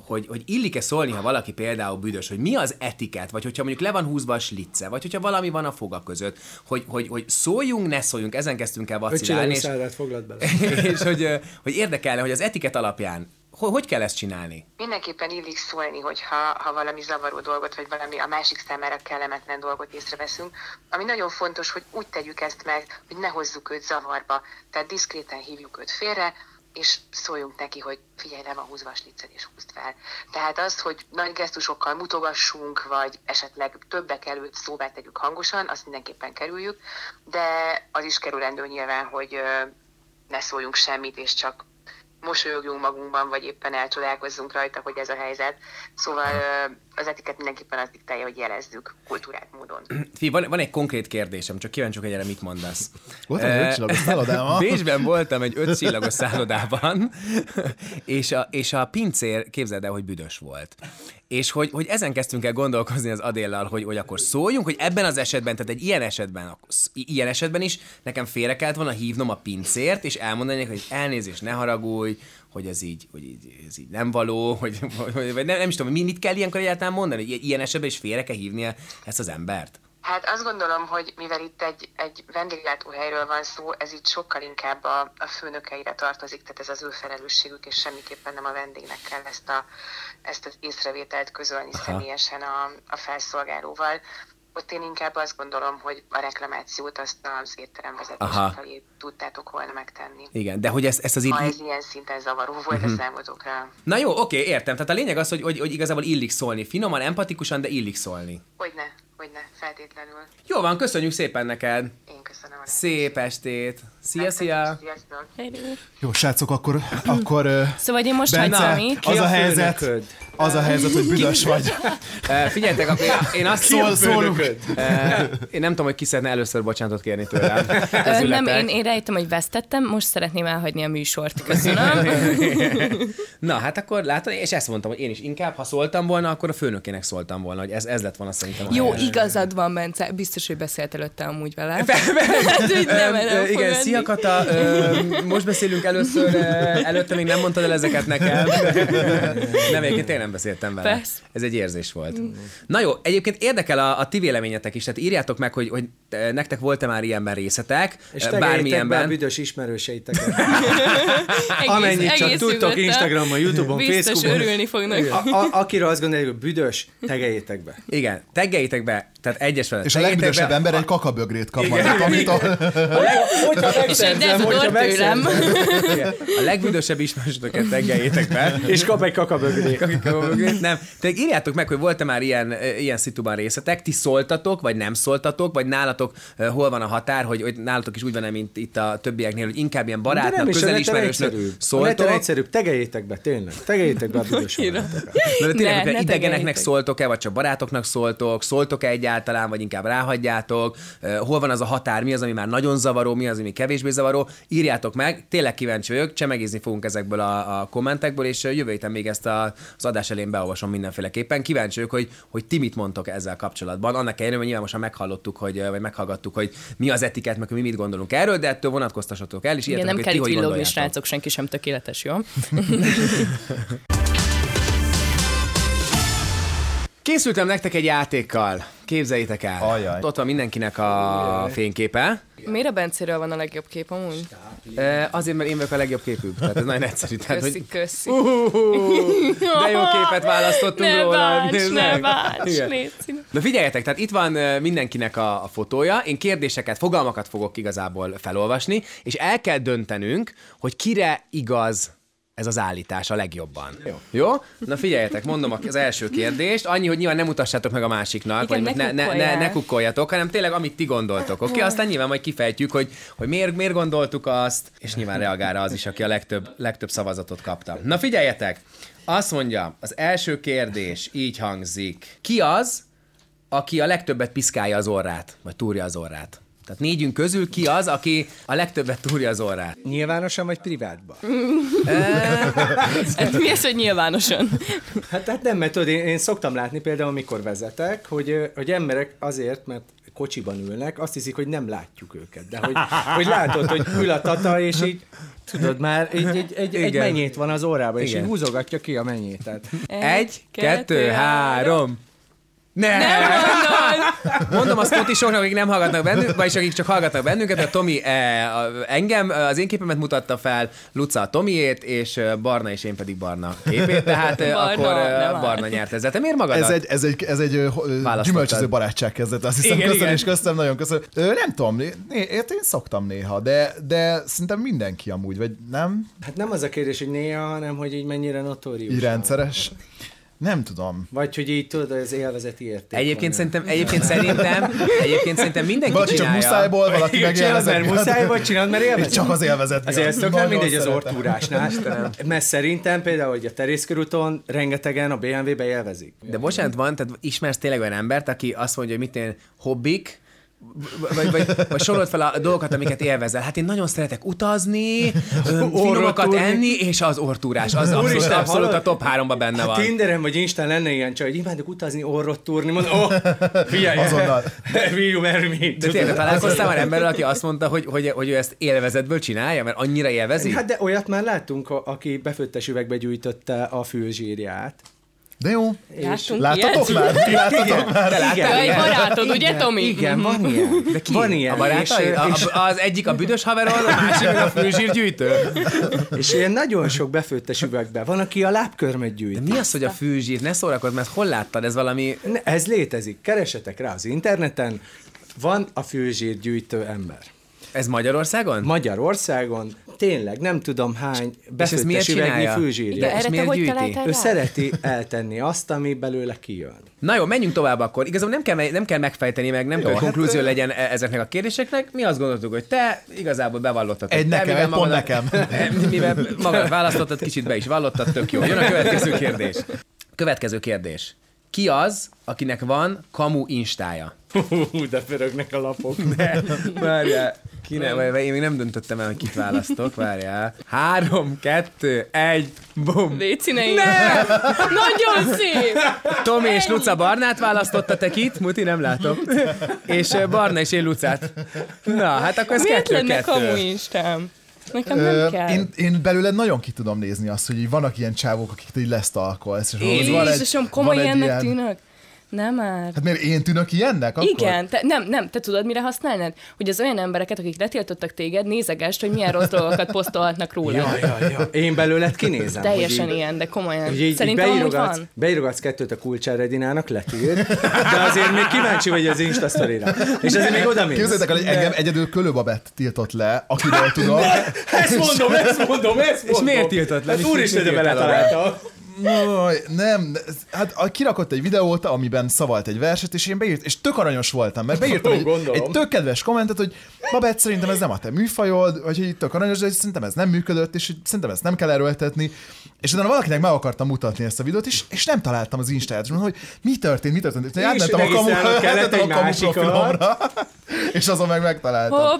S1: hogy, hogy illik-e szólni, ha valaki például büdös, hogy mi az etiket, vagy hogyha mondjuk le van húzva a slicce, vagy hogyha valami van a foga között, hogy, hogy, hogy szóljunk, ne szóljunk, ezen kezdtünk el
S4: Öcsilányi
S1: vacilálni, és,
S4: szállát foglalt bele.
S1: és hogy, ö, hogy érdekelne, hogy az etiket alapján hogy, hogy kell ezt csinálni?
S5: Mindenképpen illik szólni, hogyha ha valami zavaró dolgot, vagy valami a másik számára kellemetlen dolgot észreveszünk. Ami nagyon fontos, hogy úgy tegyük ezt meg, hogy ne hozzuk őt zavarba. Tehát diszkréten hívjuk őt félre, és szóljunk neki, hogy figyelj, le van húzva a slicced, és húzd fel. Tehát az, hogy nagy gesztusokkal mutogassunk, vagy esetleg többek előtt szóvá tegyük hangosan, azt mindenképpen kerüljük, de az is kerülendő nyilván, hogy ö, ne szóljunk semmit, és csak mosolyogjunk magunkban, vagy éppen elcsodálkozzunk rajta, hogy ez a helyzet. Szóval ö, az etiket mindenképpen azt diktálja, hogy jelezzük kultúrát módon.
S1: Fi, van, van egy konkrét kérdésem, csak kíváncsi vagyok, hogy erre mit mondasz.
S2: Ott van egy
S1: Eh,
S2: ötcsillagos szállodában.
S1: Bécsben voltam egy ötcsillagos szállodában, és a, és a pincér, képzeld el, hogy büdös volt. És hogy, hogy ezen kezdtünk el gondolkozni az Adéllal, hogy, hogy akkor szóljunk, hogy ebben az esetben, tehát egy ilyen esetben, ak- sz- i- ilyen esetben is nekem félre kellett volna hívnom a pincért, és elmondani, neki, hogy elnézést, ne haragulj, hogy ez így, hogy így, ez így nem való, hogy, vagy nem, nem is tudom, mi, mit kell ilyenkor egyáltalán mondani, hogy i- ilyen esetben is félre kell hívnia ezt az embert.
S5: Hát azt gondolom, hogy mivel itt egy, egy vendéglátóhelyről van szó, ez itt sokkal inkább a, a főnökeire tartozik, tehát ez az ő felelősségük, és semmiképpen nem a vendégnek kell ezt, a, ezt az észrevételt közölni Aha. személyesen a, a felszolgálóval. Ott én inkább azt gondolom, hogy a reklamációt azt az
S1: Aha.
S5: étteremvezetés felé tudtátok volna megtenni.
S1: Igen, de hogy ezt, ezt az így...
S5: Ha ez ilyen szinten zavaró volt a számotokra.
S1: Na jó, oké, értem. Tehát a lényeg az, hogy, hogy, hogy igazából illik szólni. Finoman, empatikusan, de illik szólni.
S5: Hogyne, hogyne, feltétlenül.
S1: Jó van, köszönjük szépen neked. Hát,
S5: Én köszönöm a
S1: Szép estét. Szia, szia.
S5: lehetőséget. Sziasztok!
S2: Jó, srácok, akkor... akkor ö,
S3: Szóval én most vagy
S2: Bence,
S3: Sami.
S2: az
S4: Ki
S2: a
S4: a
S2: helyzet,
S4: főnököd?
S2: az a helyzet, hogy büdös vagy.
S1: Uh, figyeljetek, akkor én- én azt szól,
S2: szólunk.
S1: uh, én nem tudom, hogy ki szeretne először bocsánatot kérni tőlem.
S3: Ö,
S1: Közületek.
S3: Nem, én, én rejtem, hogy vesztettem, most szeretném elhagyni a műsort. Köszönöm.
S1: Na, hát akkor látod, és ezt mondtam, hogy én is inkább, ha szóltam volna, akkor a főnökének szóltam volna, hogy ez, ez lett volna szerintem. a
S3: Jó,
S1: helyes.
S3: igazad van, Bence. Biztos, hogy beszélt előtte amúgy vele. Hát, hogy nem,
S1: Ö,
S3: nem fog
S1: igen,
S3: menni.
S1: szia Kata, ö, most beszélünk először, ö, előtte még nem mondtad el ezeket nekem. Nem, egyébként én nem beszéltem vele.
S3: Persze.
S1: Ez egy érzés volt. Na jó, egyébként érdekel a, a ti véleményetek is, tehát írjátok meg, hogy, hogy ö, nektek volt-e már ilyenben részetek,
S4: És
S1: ö,
S4: tegeljétek be a büdös ismerőseiteket.
S3: Egész-
S4: Amennyit csak
S3: egész
S4: tudtok
S3: nyugodtan.
S4: Instagramon, Youtube-on,
S3: Biztos
S4: Facebookon.
S3: örülni fognak.
S4: A, a, akire azt gondolják, hogy büdös, tegeljétek be.
S1: Igen, teggeljétek be, tehát egyes felett.
S2: És a
S1: teggeljétek
S2: legbüdösebb
S1: be.
S2: ember egy kakabögrét kap majd, amitől...
S3: És egy dezodort tőlem.
S1: Igen. A legbüdösebb ismerősöket teggeljétek be.
S4: És kap egy kakabögrét.
S1: Kakabögrét, nem. Te írjátok meg, hogy volt-e már ilyen, e, ilyen szituban részetek, ti szóltatok, vagy nem szóltatok, vagy nálatok eh, hol van a határ, hogy, hogy nálatok is úgy van mint itt a többieknél, hogy inkább ilyen
S4: De nem
S1: barátnak,
S4: is, a
S1: közel
S4: neten
S1: ismerősnek
S4: egyszerűbb. A neten
S1: szóltok.
S4: egyszerűbb, tegeljétek be, tényleg. Tegeljétek be a büdös momentekre.
S1: Na, de
S3: Ne,
S1: tényleg,
S3: ne
S1: ne, idegeneknek
S3: tegeljétek.
S1: szóltok-e, vagy csak barátoknak szóltok, szóltok-e egyáltalán, vagy inkább ráhagyjátok, Eh, hol van az a határ, mi az, ami már nagyon zavaró, mi az, ami kevésbé zavaró, írjátok meg, tényleg kíváncsi vagyok, csemegizni fogunk ezekből a, a kommentekből, és eh, jövő héten még ezt a, az adás elén beolvasom mindenféleképpen. Kíváncsi vagyok, hogy, hogy ti mit mondtok ezzel kapcsolatban. Annak ellenére, hogy nyilván most ha meghallottuk, hogy, eh, vagy meghallgattuk, hogy mi az etikett, meg hogy mi mit gondolunk erről, de ettől vonatkoztassatok el, és
S3: Igen,
S1: írjátok,
S3: nem
S1: hogy
S3: kell
S1: ti
S3: itt
S1: hogy
S3: villogni,
S1: gondoljátok.
S3: srácok, senki sem tökéletes, jó?
S1: Készültem nektek egy játékkal. Képzeljétek el.
S2: Ajaj.
S1: Ott van mindenkinek a fényképe.
S3: Miért a Bencéről van a legjobb kép amúgy?
S1: E, Azért, mert én vagyok a legjobb képű. Tehát ez nagyon egyszerű. Tehát,
S3: Köszi,
S1: Hát, hogy
S3: köszi.
S1: Uhuhu, de jó képet választottunk
S3: ne
S1: róla.
S3: bánts,
S1: nézd
S3: ne
S1: meg.
S3: bánts,
S1: Igen.
S3: légy színes.
S1: Na figyeljetek, tehát itt van ö, mindenkinek a, a fotója, én kérdéseket, fogalmakat fogok igazából felolvasni, és el kell döntenünk, hogy kire igaz ez az állítás a legjobban. Jó? Jó? Na figyeljetek, mondom a- az első kérdést, annyi, hogy nyilván nem mutassátok meg a másiknak,
S3: Igen,
S1: vagy ne,
S3: ne
S1: ne, ne,
S3: kukkoljál.
S1: ne kukkoljatok, hanem tényleg amit ti gondoltok, oké? Okay? Aztán nyilván majd kifejtjük, hogy, hogy miért, miért gondoltuk azt, és nyilván reagál rá az is, aki a legtöbb, legtöbb szavazatot kapta. Na figyeljetek, azt mondja, az első kérdés így hangzik. Ki az, aki a legtöbbet piszkálja az orrát, vagy túrja az orrát? Tehát négyünk közül ki az, aki a legtöbbet túrja az orrát?
S4: Nyilvánosan vagy privátban?
S3: Hát mi ez, hogy nyilvánosan?
S4: Hát, hát nem, mert tudod, én, én szoktam látni például, amikor vezetek, hogy, ö, hogy emberek azért, mert kocsiban ülnek, azt hiszik, hogy nem látjuk őket. De hogy, hogy látod, hogy ül a tata, és így tudod már, egy, egy, egy, egy
S1: Igen.
S4: mennyét van az órába, és
S1: Igen.
S4: így húzogatja ki a mennyét. Tehát.
S1: Egy, kettő, három. Ne! Mondom azt pont is soknak, akik nem hallgatnak bennünket, vagyis akik csak hallgatnak bennünket, a Tomi e, a, engem, e, az én képemet mutatta fel, Luca a Tomiét, és e, Barna és én pedig Barna képét, tehát e,
S3: Barna,
S1: akkor e,
S3: nem áll.
S1: Barna nyert ezzel. Te miért magadat?
S2: Ez egy, ez egy, ez egy ö, ö,
S1: Választottad.
S2: gyümölcsöző barátság kezdett, azt hiszem.
S1: Igen,
S2: Igen, köszönöm,
S1: igen.
S2: és köszönöm, nagyon köszönöm. Ö, nem tudom, né, né, én én szoktam néha, de, de szerintem mindenki amúgy, vagy nem?
S4: Hát nem az a kérdés, hogy néha, hanem hogy így mennyire notórius.
S2: Így rendszeres? Nem tudom.
S4: Vagy hogy így tudod, az élvezeti érték.
S1: Egyébként
S4: van.
S1: szerintem, egyébként szerintem, egyébként szerintem mindenki
S2: Valaki csak
S1: csinálja.
S2: muszájból, valaki meg
S4: Csinálod, mert muszáj, vagy csinálod, mert
S2: És
S4: élvezed.
S2: csak az élvezet miatt.
S4: Azért ez tök nem
S2: Nagyon
S4: mindegy az
S2: szeretem.
S4: ortúrásnál. Mert szerintem például, hogy a Terész körúton rengetegen a BMW-be élvezik.
S1: De bocsánat, van, tehát ismersz tényleg olyan embert, aki azt mondja, hogy mit én hobbik, v- vagy, vagy, vagy sorolt fel a dolgokat, amiket élvezel. Hát én nagyon szeretek utazni, öm, finomakat
S4: Orrotúrni.
S1: enni, és az ortúrás. Az abszolút,
S4: Úristen,
S1: abszolút a
S4: hallod? Hát
S1: top háromba benne
S4: Ha
S1: van.
S4: Tinderen vagy Instán lenne ilyen csaj, hogy imádok utazni, orrot túrni, mondom, ó, oh, figyelj,
S2: Azonnal.
S4: Will you marry me?
S1: De tényleg hát találkoztál már emberrel, aki azt mondta, hogy, hogy, hogy ő ezt élvezetből csinálja, mert annyira élvezi?
S4: Hát de olyat már láttunk, a- aki befőttes üvegbe gyűjtötte a fülzsírját.
S2: De jó.
S3: Láttunk
S2: Láttatok már?
S3: ilyet?
S2: Ti
S1: Hát
S2: Láttatok?
S1: Te láttál
S3: Te egy
S1: ilyet?
S3: barátod, ugye,
S4: Igen,
S3: Tomi?
S4: Igen, van ilyen. De
S1: Ki?
S4: Van ilyen.
S1: A barátai?
S4: és-
S1: A,
S4: és-
S1: a, az egyik a büdös haveron, a másik meg a fűzsírgyűjtő.
S4: És ilyen nagyon sok befőttes üvegben. Van, aki a lábkörmet gyűjt.
S1: Mi az, hogy a fűzsír? Ne szórakozz, mert hol láttad? Ez valami
S4: Ne, Ez létezik. Keresetek rá az interneten. Van a fülzsír gyűjtő ember.
S1: Ez Magyarországon?
S4: Magyarországon tényleg nem tudom hány
S1: és ezt miért
S4: befőttes üvegni
S1: csinálja?
S4: fülzsírja.
S1: De
S3: Erre
S1: és
S3: te
S1: miért
S3: hogy
S1: gyűjti?
S3: találtál?
S4: Ő
S3: rá?
S4: szereti eltenni azt, ami belőle kijön.
S1: Na jó, menjünk tovább akkor. Igazából nem kell, nem kell megfejteni, meg nem jó, kell, hogy konklúzió legyen e- ezeknek a kérdéseknek. Mi azt gondoltuk, hogy te igazából bevallottad. Te,
S2: Egy nekem,
S1: mivel
S2: egy pont
S1: magadat- Mivel magad választottad, kicsit be is vallottad, tök jó. Jön a következő kérdés. Következő kérdés. Ki az, akinek van kamu instája?
S4: Hú, de pörögnek a lapok.
S1: Várjál, ki nem, vagy- vagy én még nem döntöttem el, hogy kit választok, várjál. Három, kettő, egy, bum.
S3: Léci, ne ilyen. Nagyon szép!
S1: Tomi és Luca Barnát választotta te kit, Muti nem látom. És ö, Barna és én Lucát. Na, hát akkor ez
S3: Miért lenne kamu
S1: kettő-kettő.
S3: instám? Nekem
S2: Ö,
S3: nem kell.
S2: Én, én belőle nagyon ki tudom nézni azt, hogy így vannak ilyen csávók, akik így lesztalkolsz. És
S1: Én
S2: hogy
S1: van egy-
S3: Jézusom, komoly
S2: van egy
S3: ilyennek
S2: ilyen-
S3: tűnök? Nem már.
S2: Hát miért én tűnök ilyennek? Akkor?
S3: Igen, te, nem, nem, te tudod, mire használnád? Hogy az olyan embereket, akik letiltottak téged, nézegest, hogy milyen rossz dolgokat posztolhatnak róla.
S4: Jaj, jaj, jaj. Én belőled kinézem. hogy
S3: Teljesen
S4: így-
S3: ilyen, de komolyan.
S4: Hogy így, így
S3: Szerintem amúgy
S4: beírogatsz,
S3: van.
S4: beírogatsz kettőt a kulcsáreddinának, letilt, de azért még kíváncsi vagy az Insta sztorira. És azért még oda mész.
S2: Képzeljétek el, hogy engem egyedül Kölöbabet tiltott le, akiről tudom.
S4: Ezt mondom, ezt mondom, ezt mondom.
S1: miért tiltott le?
S4: Hát
S1: Mi-
S4: úristen,
S1: mi
S4: de
S1: tiltott le?
S4: beletaláltam.
S2: Jaj, nem, hát a- kirakott egy videót, amiben szavalt egy verset, és én beírt, és tök aranyos voltam, mert beírtam
S4: Ó,
S2: egy,
S4: gondolom.
S2: egy tök kedves kommentet, hogy Babett, szerintem ez nem a te műfajod, vagy hogy így tök aranyos, de szerintem ez nem működött, és így szerintem ezt nem kell erőltetni. És utána valakinek meg akartam mutatni ezt a videót, és, és nem találtam az Instáját, és mondom, hogy mi történt, mi történt. És átmentem a kamu,
S4: regisztrálnod kellett
S2: átmentem a
S4: egy
S2: kamu
S4: másikat.
S2: profilomra, és azon meg megtaláltam.
S3: Hoppá,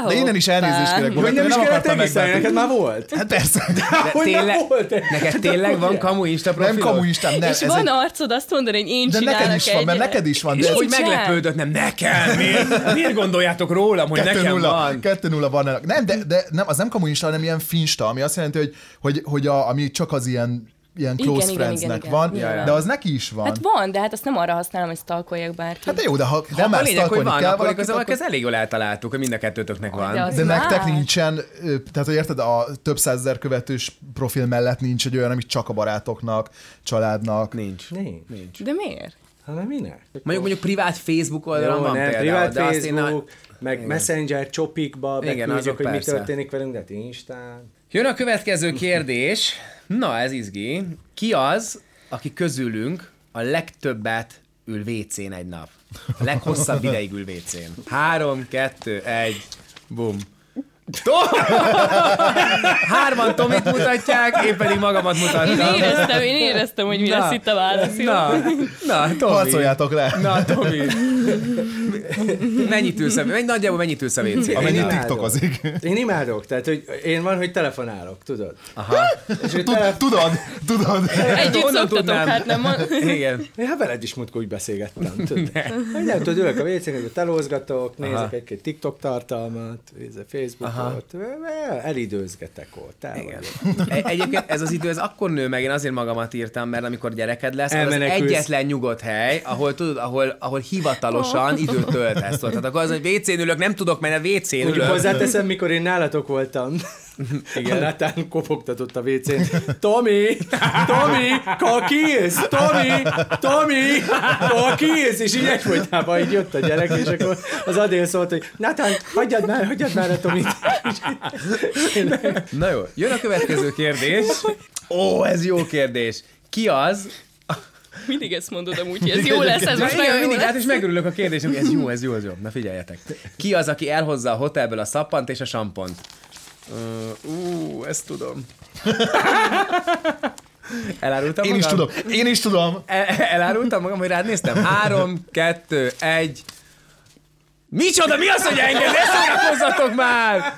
S3: hoppá.
S2: de innen is elnézést kérek,
S4: Hogy
S2: Babett,
S4: nem
S2: én
S4: is
S2: nem
S4: kellett
S2: akartam
S4: regisztrálni,
S2: megbántani.
S4: neked már volt.
S2: Hát persze.
S1: De
S4: Hogy nem
S1: tényleg,
S4: volt ez?
S1: neked tényleg van kamu insta
S2: Nem
S1: profilod?
S2: kamuistám, nem.
S3: És
S2: ez
S3: van
S2: egy-
S3: arcod azt mondani, hogy én
S2: De
S3: csinálok
S2: neked is van, mert
S3: egyet.
S2: neked is van.
S1: És
S2: De
S1: hogy
S3: Nincsen.
S1: meglepődött, nem nekem, miért, miért gondoljátok rólam, hogy nekem
S2: 2-0,
S1: van?
S2: 2-0 van. Nem, de, de nem, az nem kamuista, hanem ilyen finsta, ami azt jelenti, hogy, hogy, hogy a, ami csak az ilyen ilyen
S3: Igen,
S2: close
S3: igen,
S2: friendsnek
S3: igen, igen.
S2: van,
S1: Ja, ja.
S2: de az neki is van.
S3: Hát van, de hát azt nem arra használom, hogy stalkoljak bárkit.
S2: Hát de jó, de ha,
S1: De
S2: ha
S1: a
S2: már
S1: lényeg, hogy
S2: stalkolni
S1: van,
S2: kell
S1: akkor
S2: valakit,
S1: igazából
S2: akkor...
S1: ez elég jól eltaláltuk, hogy mind a kettőtöknek van.
S3: De az-
S2: De
S3: Más.
S2: nektek nincsen, ö, tehát hogy érted, a több százezer követős profil mellett nincs egy olyan, ami csak a barátoknak, családnak.
S1: Nincs.
S4: Nincs.
S3: De miért?
S4: Hanem minek?
S1: Mondjuk mondjuk privát Facebook oldalon
S4: Jó,
S1: van
S4: nem,
S1: például,
S4: privát
S1: de azt én
S4: Facebook, meg
S1: Igen.
S4: Messenger csopikba,
S1: Igen, azok
S4: megküldjük, hogy
S1: persze.
S4: mi történik velünk, de hát Instán.
S1: Jön a következő kérdés. Na, ez izgi. Ki az, aki közülünk a legtöbbet ül WC-n egy nap? A leghosszabb ideig ül WC-n. Három, kettő, egy, bum. Tom! Hárman Tomit mutatják, én pedig magamat
S3: Én
S1: mutattam.
S3: éreztem, én éreztem, hogy mi
S1: Na.
S3: lesz itt a válasz. jó?
S1: Na, na, Tomi.
S2: Harcoljátok le!
S1: Na, Tomi. Mennyit ülsz a, mennyi, nagyjából mennyit ülsz a WC-n?
S2: Amennyi
S4: imádom.
S2: tiktokozik.
S4: Én imádok, tehát hogy én van, hogy telefonálok, tudod?
S1: Aha.
S4: És hogy
S2: Tud-
S4: tele...
S2: Tudod, tudod.
S3: Együtt
S1: Honnan
S3: szoktatok,
S1: tudnám?
S3: hát nem mond...
S1: Igen.
S4: Én hát veled is múltkor úgy beszélgettem, tudod? Hogy nem tudod, ülök a vécén, hogy telózgatok, nézek egy-két TikTok tartalmat, nézek Facebookot, elidőzgetek ott, el
S1: Igen.
S4: vagyok.
S1: E- Egyébként ez az idő, ez akkor nő meg, én azért magamat írtam, mert amikor gyereked lesz, az az
S4: Elmenekülsz.
S1: egyetlen nyugodt hely, ahol tudod, ahol, ahol
S3: Oh.
S1: hivatalosan időt töltesz. Tudod, Tehát akkor az, hogy WC-n ülök, nem tudok menni, a WC-n
S4: Mondjuk
S1: ülök.
S4: hozzáteszem, mikor én nálatok voltam, Igen. a Natán kopogtatott a WC-n. Tomi! Tomi! Kakilsz! Tomi! Tomi! Kakilsz! És így egyfolytában így jött a gyerek, és akkor az Adél szólt, hogy Natán, hagyjad már, hagyjad már a Tomit!
S1: Na jó, jön a következő kérdés. Ó, ez jó kérdés. Ki az,
S3: Mindig ezt mondod amúgy, hogy ez jó lesz, ez most
S1: Igen,
S3: nagyon jó
S1: mindig, hát
S3: lesz.
S1: és megörülök a kérdésem, hogy ez jó, ez jó, ez jó. Na figyeljetek. Ki az, aki elhozza a hotelből a szappant és a sampont? Ö, Ú, ezt tudom. Elárultam
S2: Én is
S1: magam?
S2: tudom, én is tudom.
S1: El- E-, elárultam magam, hogy rád néztem? Három, kettő, egy. Micsoda, mi az, hogy engem? Ne szórakozzatok már!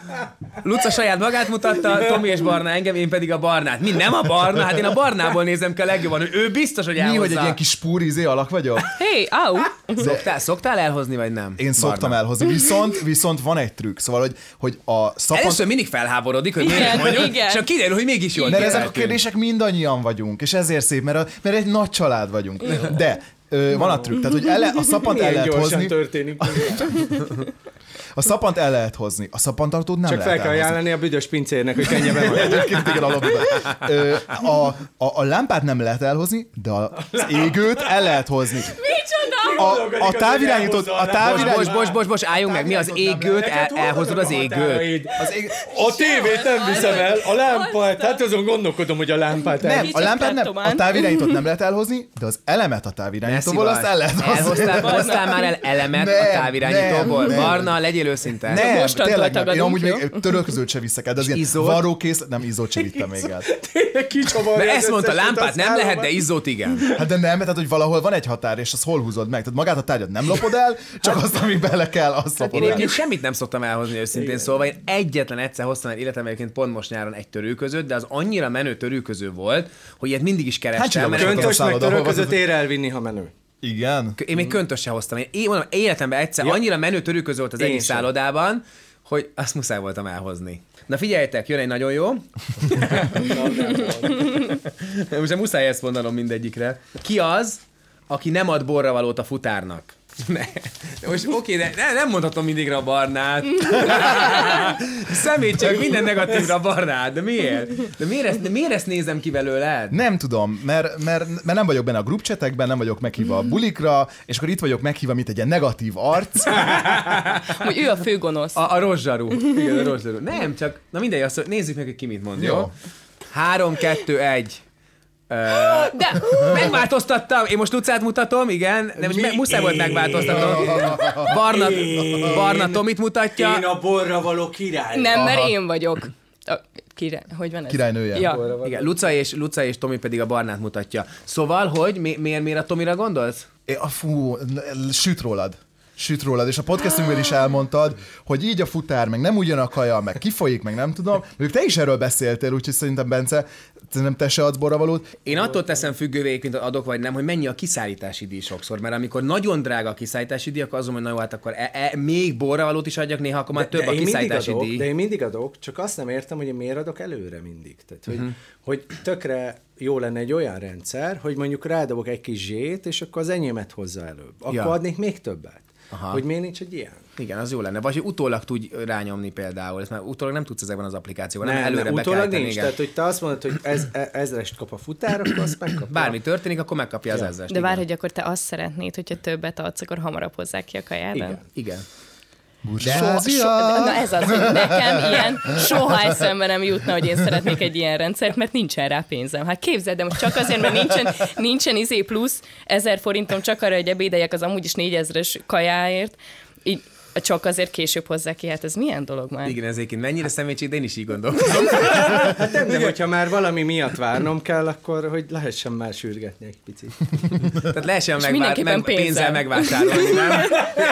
S1: Luca saját magát mutatta, Tomi és Barna engem, én pedig a Barnát. Mi, nem a Barna? Hát én a Barnából nézem ki a legjobban, hogy ő biztos, hogy elhozza.
S2: Mi, hogy egy ilyen kis spúrizé alak vagyok?
S3: Hé, au!
S1: Szoktál, szoktál elhozni, vagy nem?
S2: Én szoktam
S1: Barna.
S2: elhozni, viszont, viszont van egy trükk, szóval, hogy, hogy a szappan...
S1: Először mindig felháborodik, hogy
S3: Igen,
S1: miért mondjuk,
S3: igen.
S1: csak kiderül, hogy mégis jól
S2: Mert ezek a
S1: kitaláltunk.
S2: kérdések mindannyian vagyunk, és ezért szép, mert, a, mert egy nagy család vagyunk. De ö, van a trükk, tehát hogy ele, a szappant el
S4: Milyen
S2: lehet
S4: gyorsan
S2: hozni,
S4: történik.
S2: a szappant el lehet hozni, a szappantartót nem
S4: Csak
S2: lehet
S4: fel kell
S2: elhozni.
S4: ajánlani a büdös pincérnek, hogy kenje be magad.
S2: Egyébként igen, alapban. Ö, a, a, a lámpát nem lehet elhozni, de az égőt el lehet hozni.
S3: Micsoda!
S2: A, a távirányítót, a
S1: Bocs,
S2: távirányítót,
S1: bocs, bocs, bocs, álljunk meg, mi az égőt, el, elhozod az égőt.
S4: Az ég... A tévét nem viszem el, a lámpát, hát azon gondolkodom, hogy a lámpát el.
S2: nem,
S3: Kicsit
S2: a lámpát nem,
S3: kleptomán.
S2: a távirányítót nem lehet elhozni, de az elemet a
S1: Ne
S2: távirányítóból szóval azt
S1: szivass.
S2: el lehet hozni.
S1: Elhoztál, hoztál már el elemet a
S2: Nem,
S1: távirányítóból.
S2: nem, nem.
S1: Barna, legyél őszinte.
S2: Nem,
S3: mostantól
S2: tényleg nem. Én
S3: tagadunk,
S2: amúgy
S3: jó?
S2: még törökzőt se viszek el, de az ilyen
S1: izzót?
S2: varrókész, nem izzót se vittem még el.
S4: Tényleg kicsavarja
S1: Mert
S4: az
S1: ezt mondta,
S4: összeset,
S1: lámpát
S4: azt
S1: nem lehet,
S4: állom-
S1: de izzót igen.
S2: Hát de nem, tehát hogy valahol van egy határ, és azt hol húzod meg? Tehát magát a tárgyat nem lopod el, csak azt, ami bele kell, azt
S1: Hát Én
S2: lopod el.
S1: egyébként semmit nem szoktam elhozni őszintén, Igen. szóval én egyetlen egyszer hoztam el életem egyébként pont most nyáron egy törőközőt, de az annyira menő törőköző volt, hogy ilyet mindig is kerestem.
S2: Hát csinálom,
S1: mert-
S2: köntös-
S4: Köntös meg
S2: Szállod, ahol
S4: török
S2: van
S4: között
S2: az-
S4: ér elvinni, ha menő.
S2: Igen.
S1: Én
S4: Mm.
S1: még köntös sem hoztam. Én, én mondom, életemben egyszer ja. annyira menő törőköző volt az
S4: Én
S1: egyik
S4: sem.
S1: szállodában, hogy azt muszáj voltam elhozni. Na figyeljetek, jön egy nagyon jó. Most nem muszáj ezt mondanom mindegyikre. Ki az, aki nem ad borravalót a futárnak? Ne. Most oké, de ne, nem mondhatom mindigre a barnát. Szemétség minden negatívra a barnát. De miért? De miért ezt, de miért ezt nézem ki belőled?
S2: Nem tudom, mert, mert, mert nem vagyok benne a grupcsetekben, nem vagyok meghívva a bulikra, és akkor itt vagyok meghívva, mint egy ilyen negatív arc.
S3: Hogy ő a főgonosz.
S1: A, a rozsarú. Igen, a rozsarú. Nem, csak, na mindegy, azt hogy nézzük meg, hogy ki mit mond, jó?
S2: Jó.
S1: Három, kettő, egy.
S3: De
S1: Megváltoztattam, én most Lucát mutatom, igen, de most me- muszáj volt megváltoztatnom. Barna, Barna Tomit mutatja.
S4: Én a borra való király.
S3: nem, mert én vagyok. A, kire, hogy van ez?
S2: Királynője.
S3: Ja.
S1: Igen, Luca és, Luca és Tomi pedig a barnát mutatja. Szóval, hogy mi, miért, miért a Tomira gondolsz?
S2: É, a fú, n- süt rólad. süt rólad, és a podcastünkben is elmondtad, hogy így a futár, meg nem ugyan a kaja, meg kifolyik, meg nem tudom. Mondjuk te is erről beszéltél, úgyhogy szerintem Bence, nem te se adsz borravalót.
S1: Én attól teszem függővé, egyébként adok vagy nem, hogy mennyi a kiszállítási díj sokszor, mert amikor nagyon drága a kiszállítási díj, akkor azon, hogy na jó, hát akkor e, e, még borravalót is adjak néha, akkor már több a
S4: én mindig
S1: kiszállítási
S4: adok,
S1: díj.
S4: De én mindig adok, csak azt nem értem, hogy én miért adok előre mindig. Tehát, hogy,
S1: Mhm.
S4: uh-huh. hogy tökre jó lenne egy olyan rendszer, hogy mondjuk rádobok egy kis zsét, és akkor az enyémet hozza előbb. Akkor
S1: Ja.
S4: ja. adnék még többet. Aha. Hogy miért nincs egy ilyen?
S1: Igen, az jó lenne. Vagy hogy utólag tudj rányomni például, ezt már utólag nem tudsz ezekben az applikációban, nem, előre be kell
S4: utólag
S1: tenni,
S4: nincs.
S1: igen.
S4: Tehát, hogy te azt mondod, hogy ez, e- ezrest kap a futár, akkor azt megkapja.
S1: Bármi történik, akkor megkapja az ezzel.
S3: De várj, hogy akkor te azt szeretnéd, hogyha többet adsz, akkor hamarabb hozzák ki a kajádat.
S4: Igen.
S1: Igen.
S3: Soha, soha, na ez az, hogy nekem ilyen soha eszembe nem jutna, hogy én szeretnék egy ilyen rendszert, mert nincsen rá pénzem. Hát képzeld, de most csak azért, mert nincsen, nincsen izé plusz ezer forintom csak arra, hogy ebédeljek az amúgy is négyezres kajáért, így csak azért később hozzá ki. Hát ez milyen dolog már?
S1: Igen, ez egyébként mennyire személyiség, de én is így gondolom.
S4: Hát nem, de hogyha már valami miatt várnom kell, akkor hogy lehessen már sürgetni egy picit.
S1: Tehát lehessen megvár,
S3: mindenképpen
S1: meg, pénzzel
S3: pénzzel.
S1: megvásárolni, nem?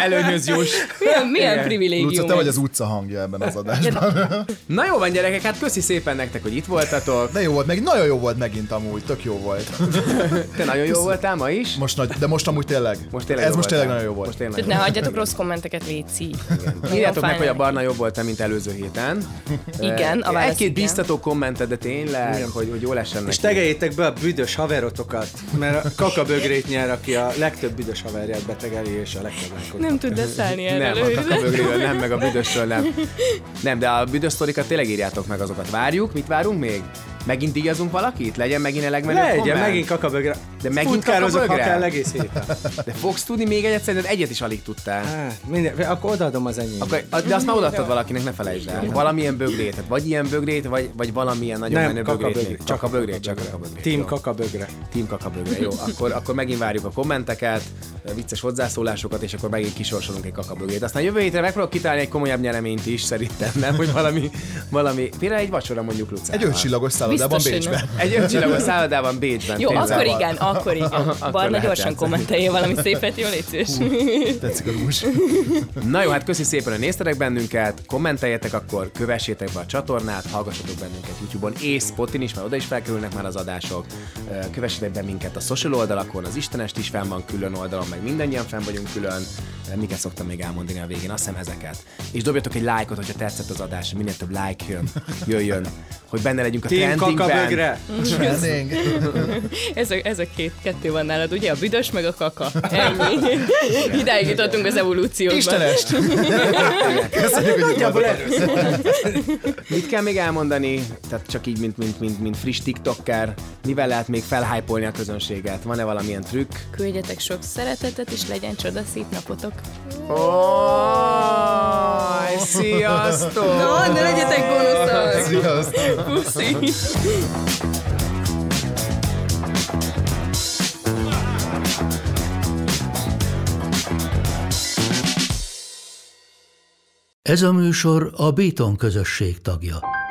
S1: Előnyöz juss.
S3: Milyen, milyen
S2: Luca,
S3: privilégium?
S2: te vagy az
S3: ez?
S2: utca hangja ebben az adásban.
S1: Na jó van gyerekek, hát köszi szépen nektek, hogy itt voltatok.
S2: De jó volt, meg nagyon jó volt megint amúgy, tök jó volt.
S1: Te nagyon jó voltál ma is.
S2: Most nagy, de most amúgy tényleg.
S1: Most tényleg
S2: ez
S1: jó
S2: most tényleg
S1: voltál.
S2: nagyon jó volt.
S1: Most tényleg
S3: Tehát ne hagyjatok rossz kommenteket, Léci.
S1: Írjátok meg, hogy a barna jobb volt mint előző héten.
S3: Igen, a válasz
S1: Egy-két
S3: igen.
S1: biztató kommented, de tényleg, hogy, hogy jól essen
S4: És
S1: neki.
S4: tegeljétek be a büdös haverotokat, mert a kakabögrét nyer, aki a legtöbb büdös haverját betegeli, és a legtöbb lájkot
S3: Nem
S4: kap.
S3: tud leszállni
S1: nem,
S3: erről.
S1: a
S3: őrület.
S1: kakabögrével nem, meg a büdösről nem. Nem, de a büdös sztorikat tényleg írjátok meg azokat. Várjuk, mit várunk még? Megint díjazunk valakit? Legyen megint a legmenőbb
S4: Legyen,
S1: komment?
S4: megint kakabögre.
S1: De megint
S4: Futkározok, ha
S1: kakabögre?
S4: kell egész héten.
S1: De fogsz tudni még egyet? Szerintem egyet is alig tudtál.
S4: Hát, minden, akkor odaadom az enyém.
S1: Akkor, de azt már odaadtad valakinek, ne felejtsd el. Valamilyen bögrét, tehát vagy ilyen bögrét, vagy, vagy valamilyen nagyon
S4: Nem,
S1: menő bögrét.
S4: kakabögré.
S1: még. Csak a bögrét, csak a bögrét.
S4: Team kakabögre.
S1: Team kakabögre. Jó, akkor, akkor megint várjuk a kommenteket, vicces hozzászólásokat, és akkor megint kisorsolunk egy kakabögrét. Aztán jövő hétre megpróbálok kitalálni egy komolyabb nyereményt is, szerintem, nem? Hogy valami, valami például egy vacsora mondjuk Lucával.
S2: Egy ötcsillagos szállodában
S3: Biztos, hogy nem.
S2: Bécsben.
S1: Egy ötcsillagos szállodában Bécsben.
S3: Jó,
S1: tényleg.
S3: akkor igen, akkor igen. Barna
S1: lehet
S3: gyorsan
S1: játszani.
S3: kommentelje valami szépet, jó légy szíves.
S2: Tetszik a hús.
S1: Na jó, hát köszi szépen, hogy néztetek bennünket, kommenteljetek akkor, kövessétek be a csatornát, hallgassatok bennünket YouTube-on és Spotin is, mert oda is felkerülnek már az adások. Ö, Kövessetek be minket a social oldalakon, az Istenest is fenn van külön oldalon, meg mindannyian fenn vagyunk külön. Ö, Miket szoktam még elmondani a végén, azt hiszem ezeket. És dobjatok egy lájkot, hogyha tetszett az adás, minél több like jön, jöjjön, hogy benne legyünk a
S4: Team
S1: trendingben.
S4: kakabögre.
S2: Csinálnénk.
S3: Ez a, ez a két, kettő van nálad, ugye? A büdös meg a kaka. Ennyi. Idáig jutottunk az evolúcióban.
S2: Istenest! Köszönjük, hogy itt
S4: Nagyjából
S2: voltatok.
S4: erőszak.
S1: Mit kell még elmondani? Tehát csak így, mint, mint, mint, mint friss TikToker, mivel lehet még felhájpolni a közönséget? Van-e valamilyen trükk?
S3: Küldjetek sok szeretetet, és legyen csodaszép napotok.
S1: Oj, sziasztok!
S3: Na, ne legyetek gonoszak!
S2: Sziasztok!
S3: Puszi!
S6: Ez a műsor a Béton közösség tagja.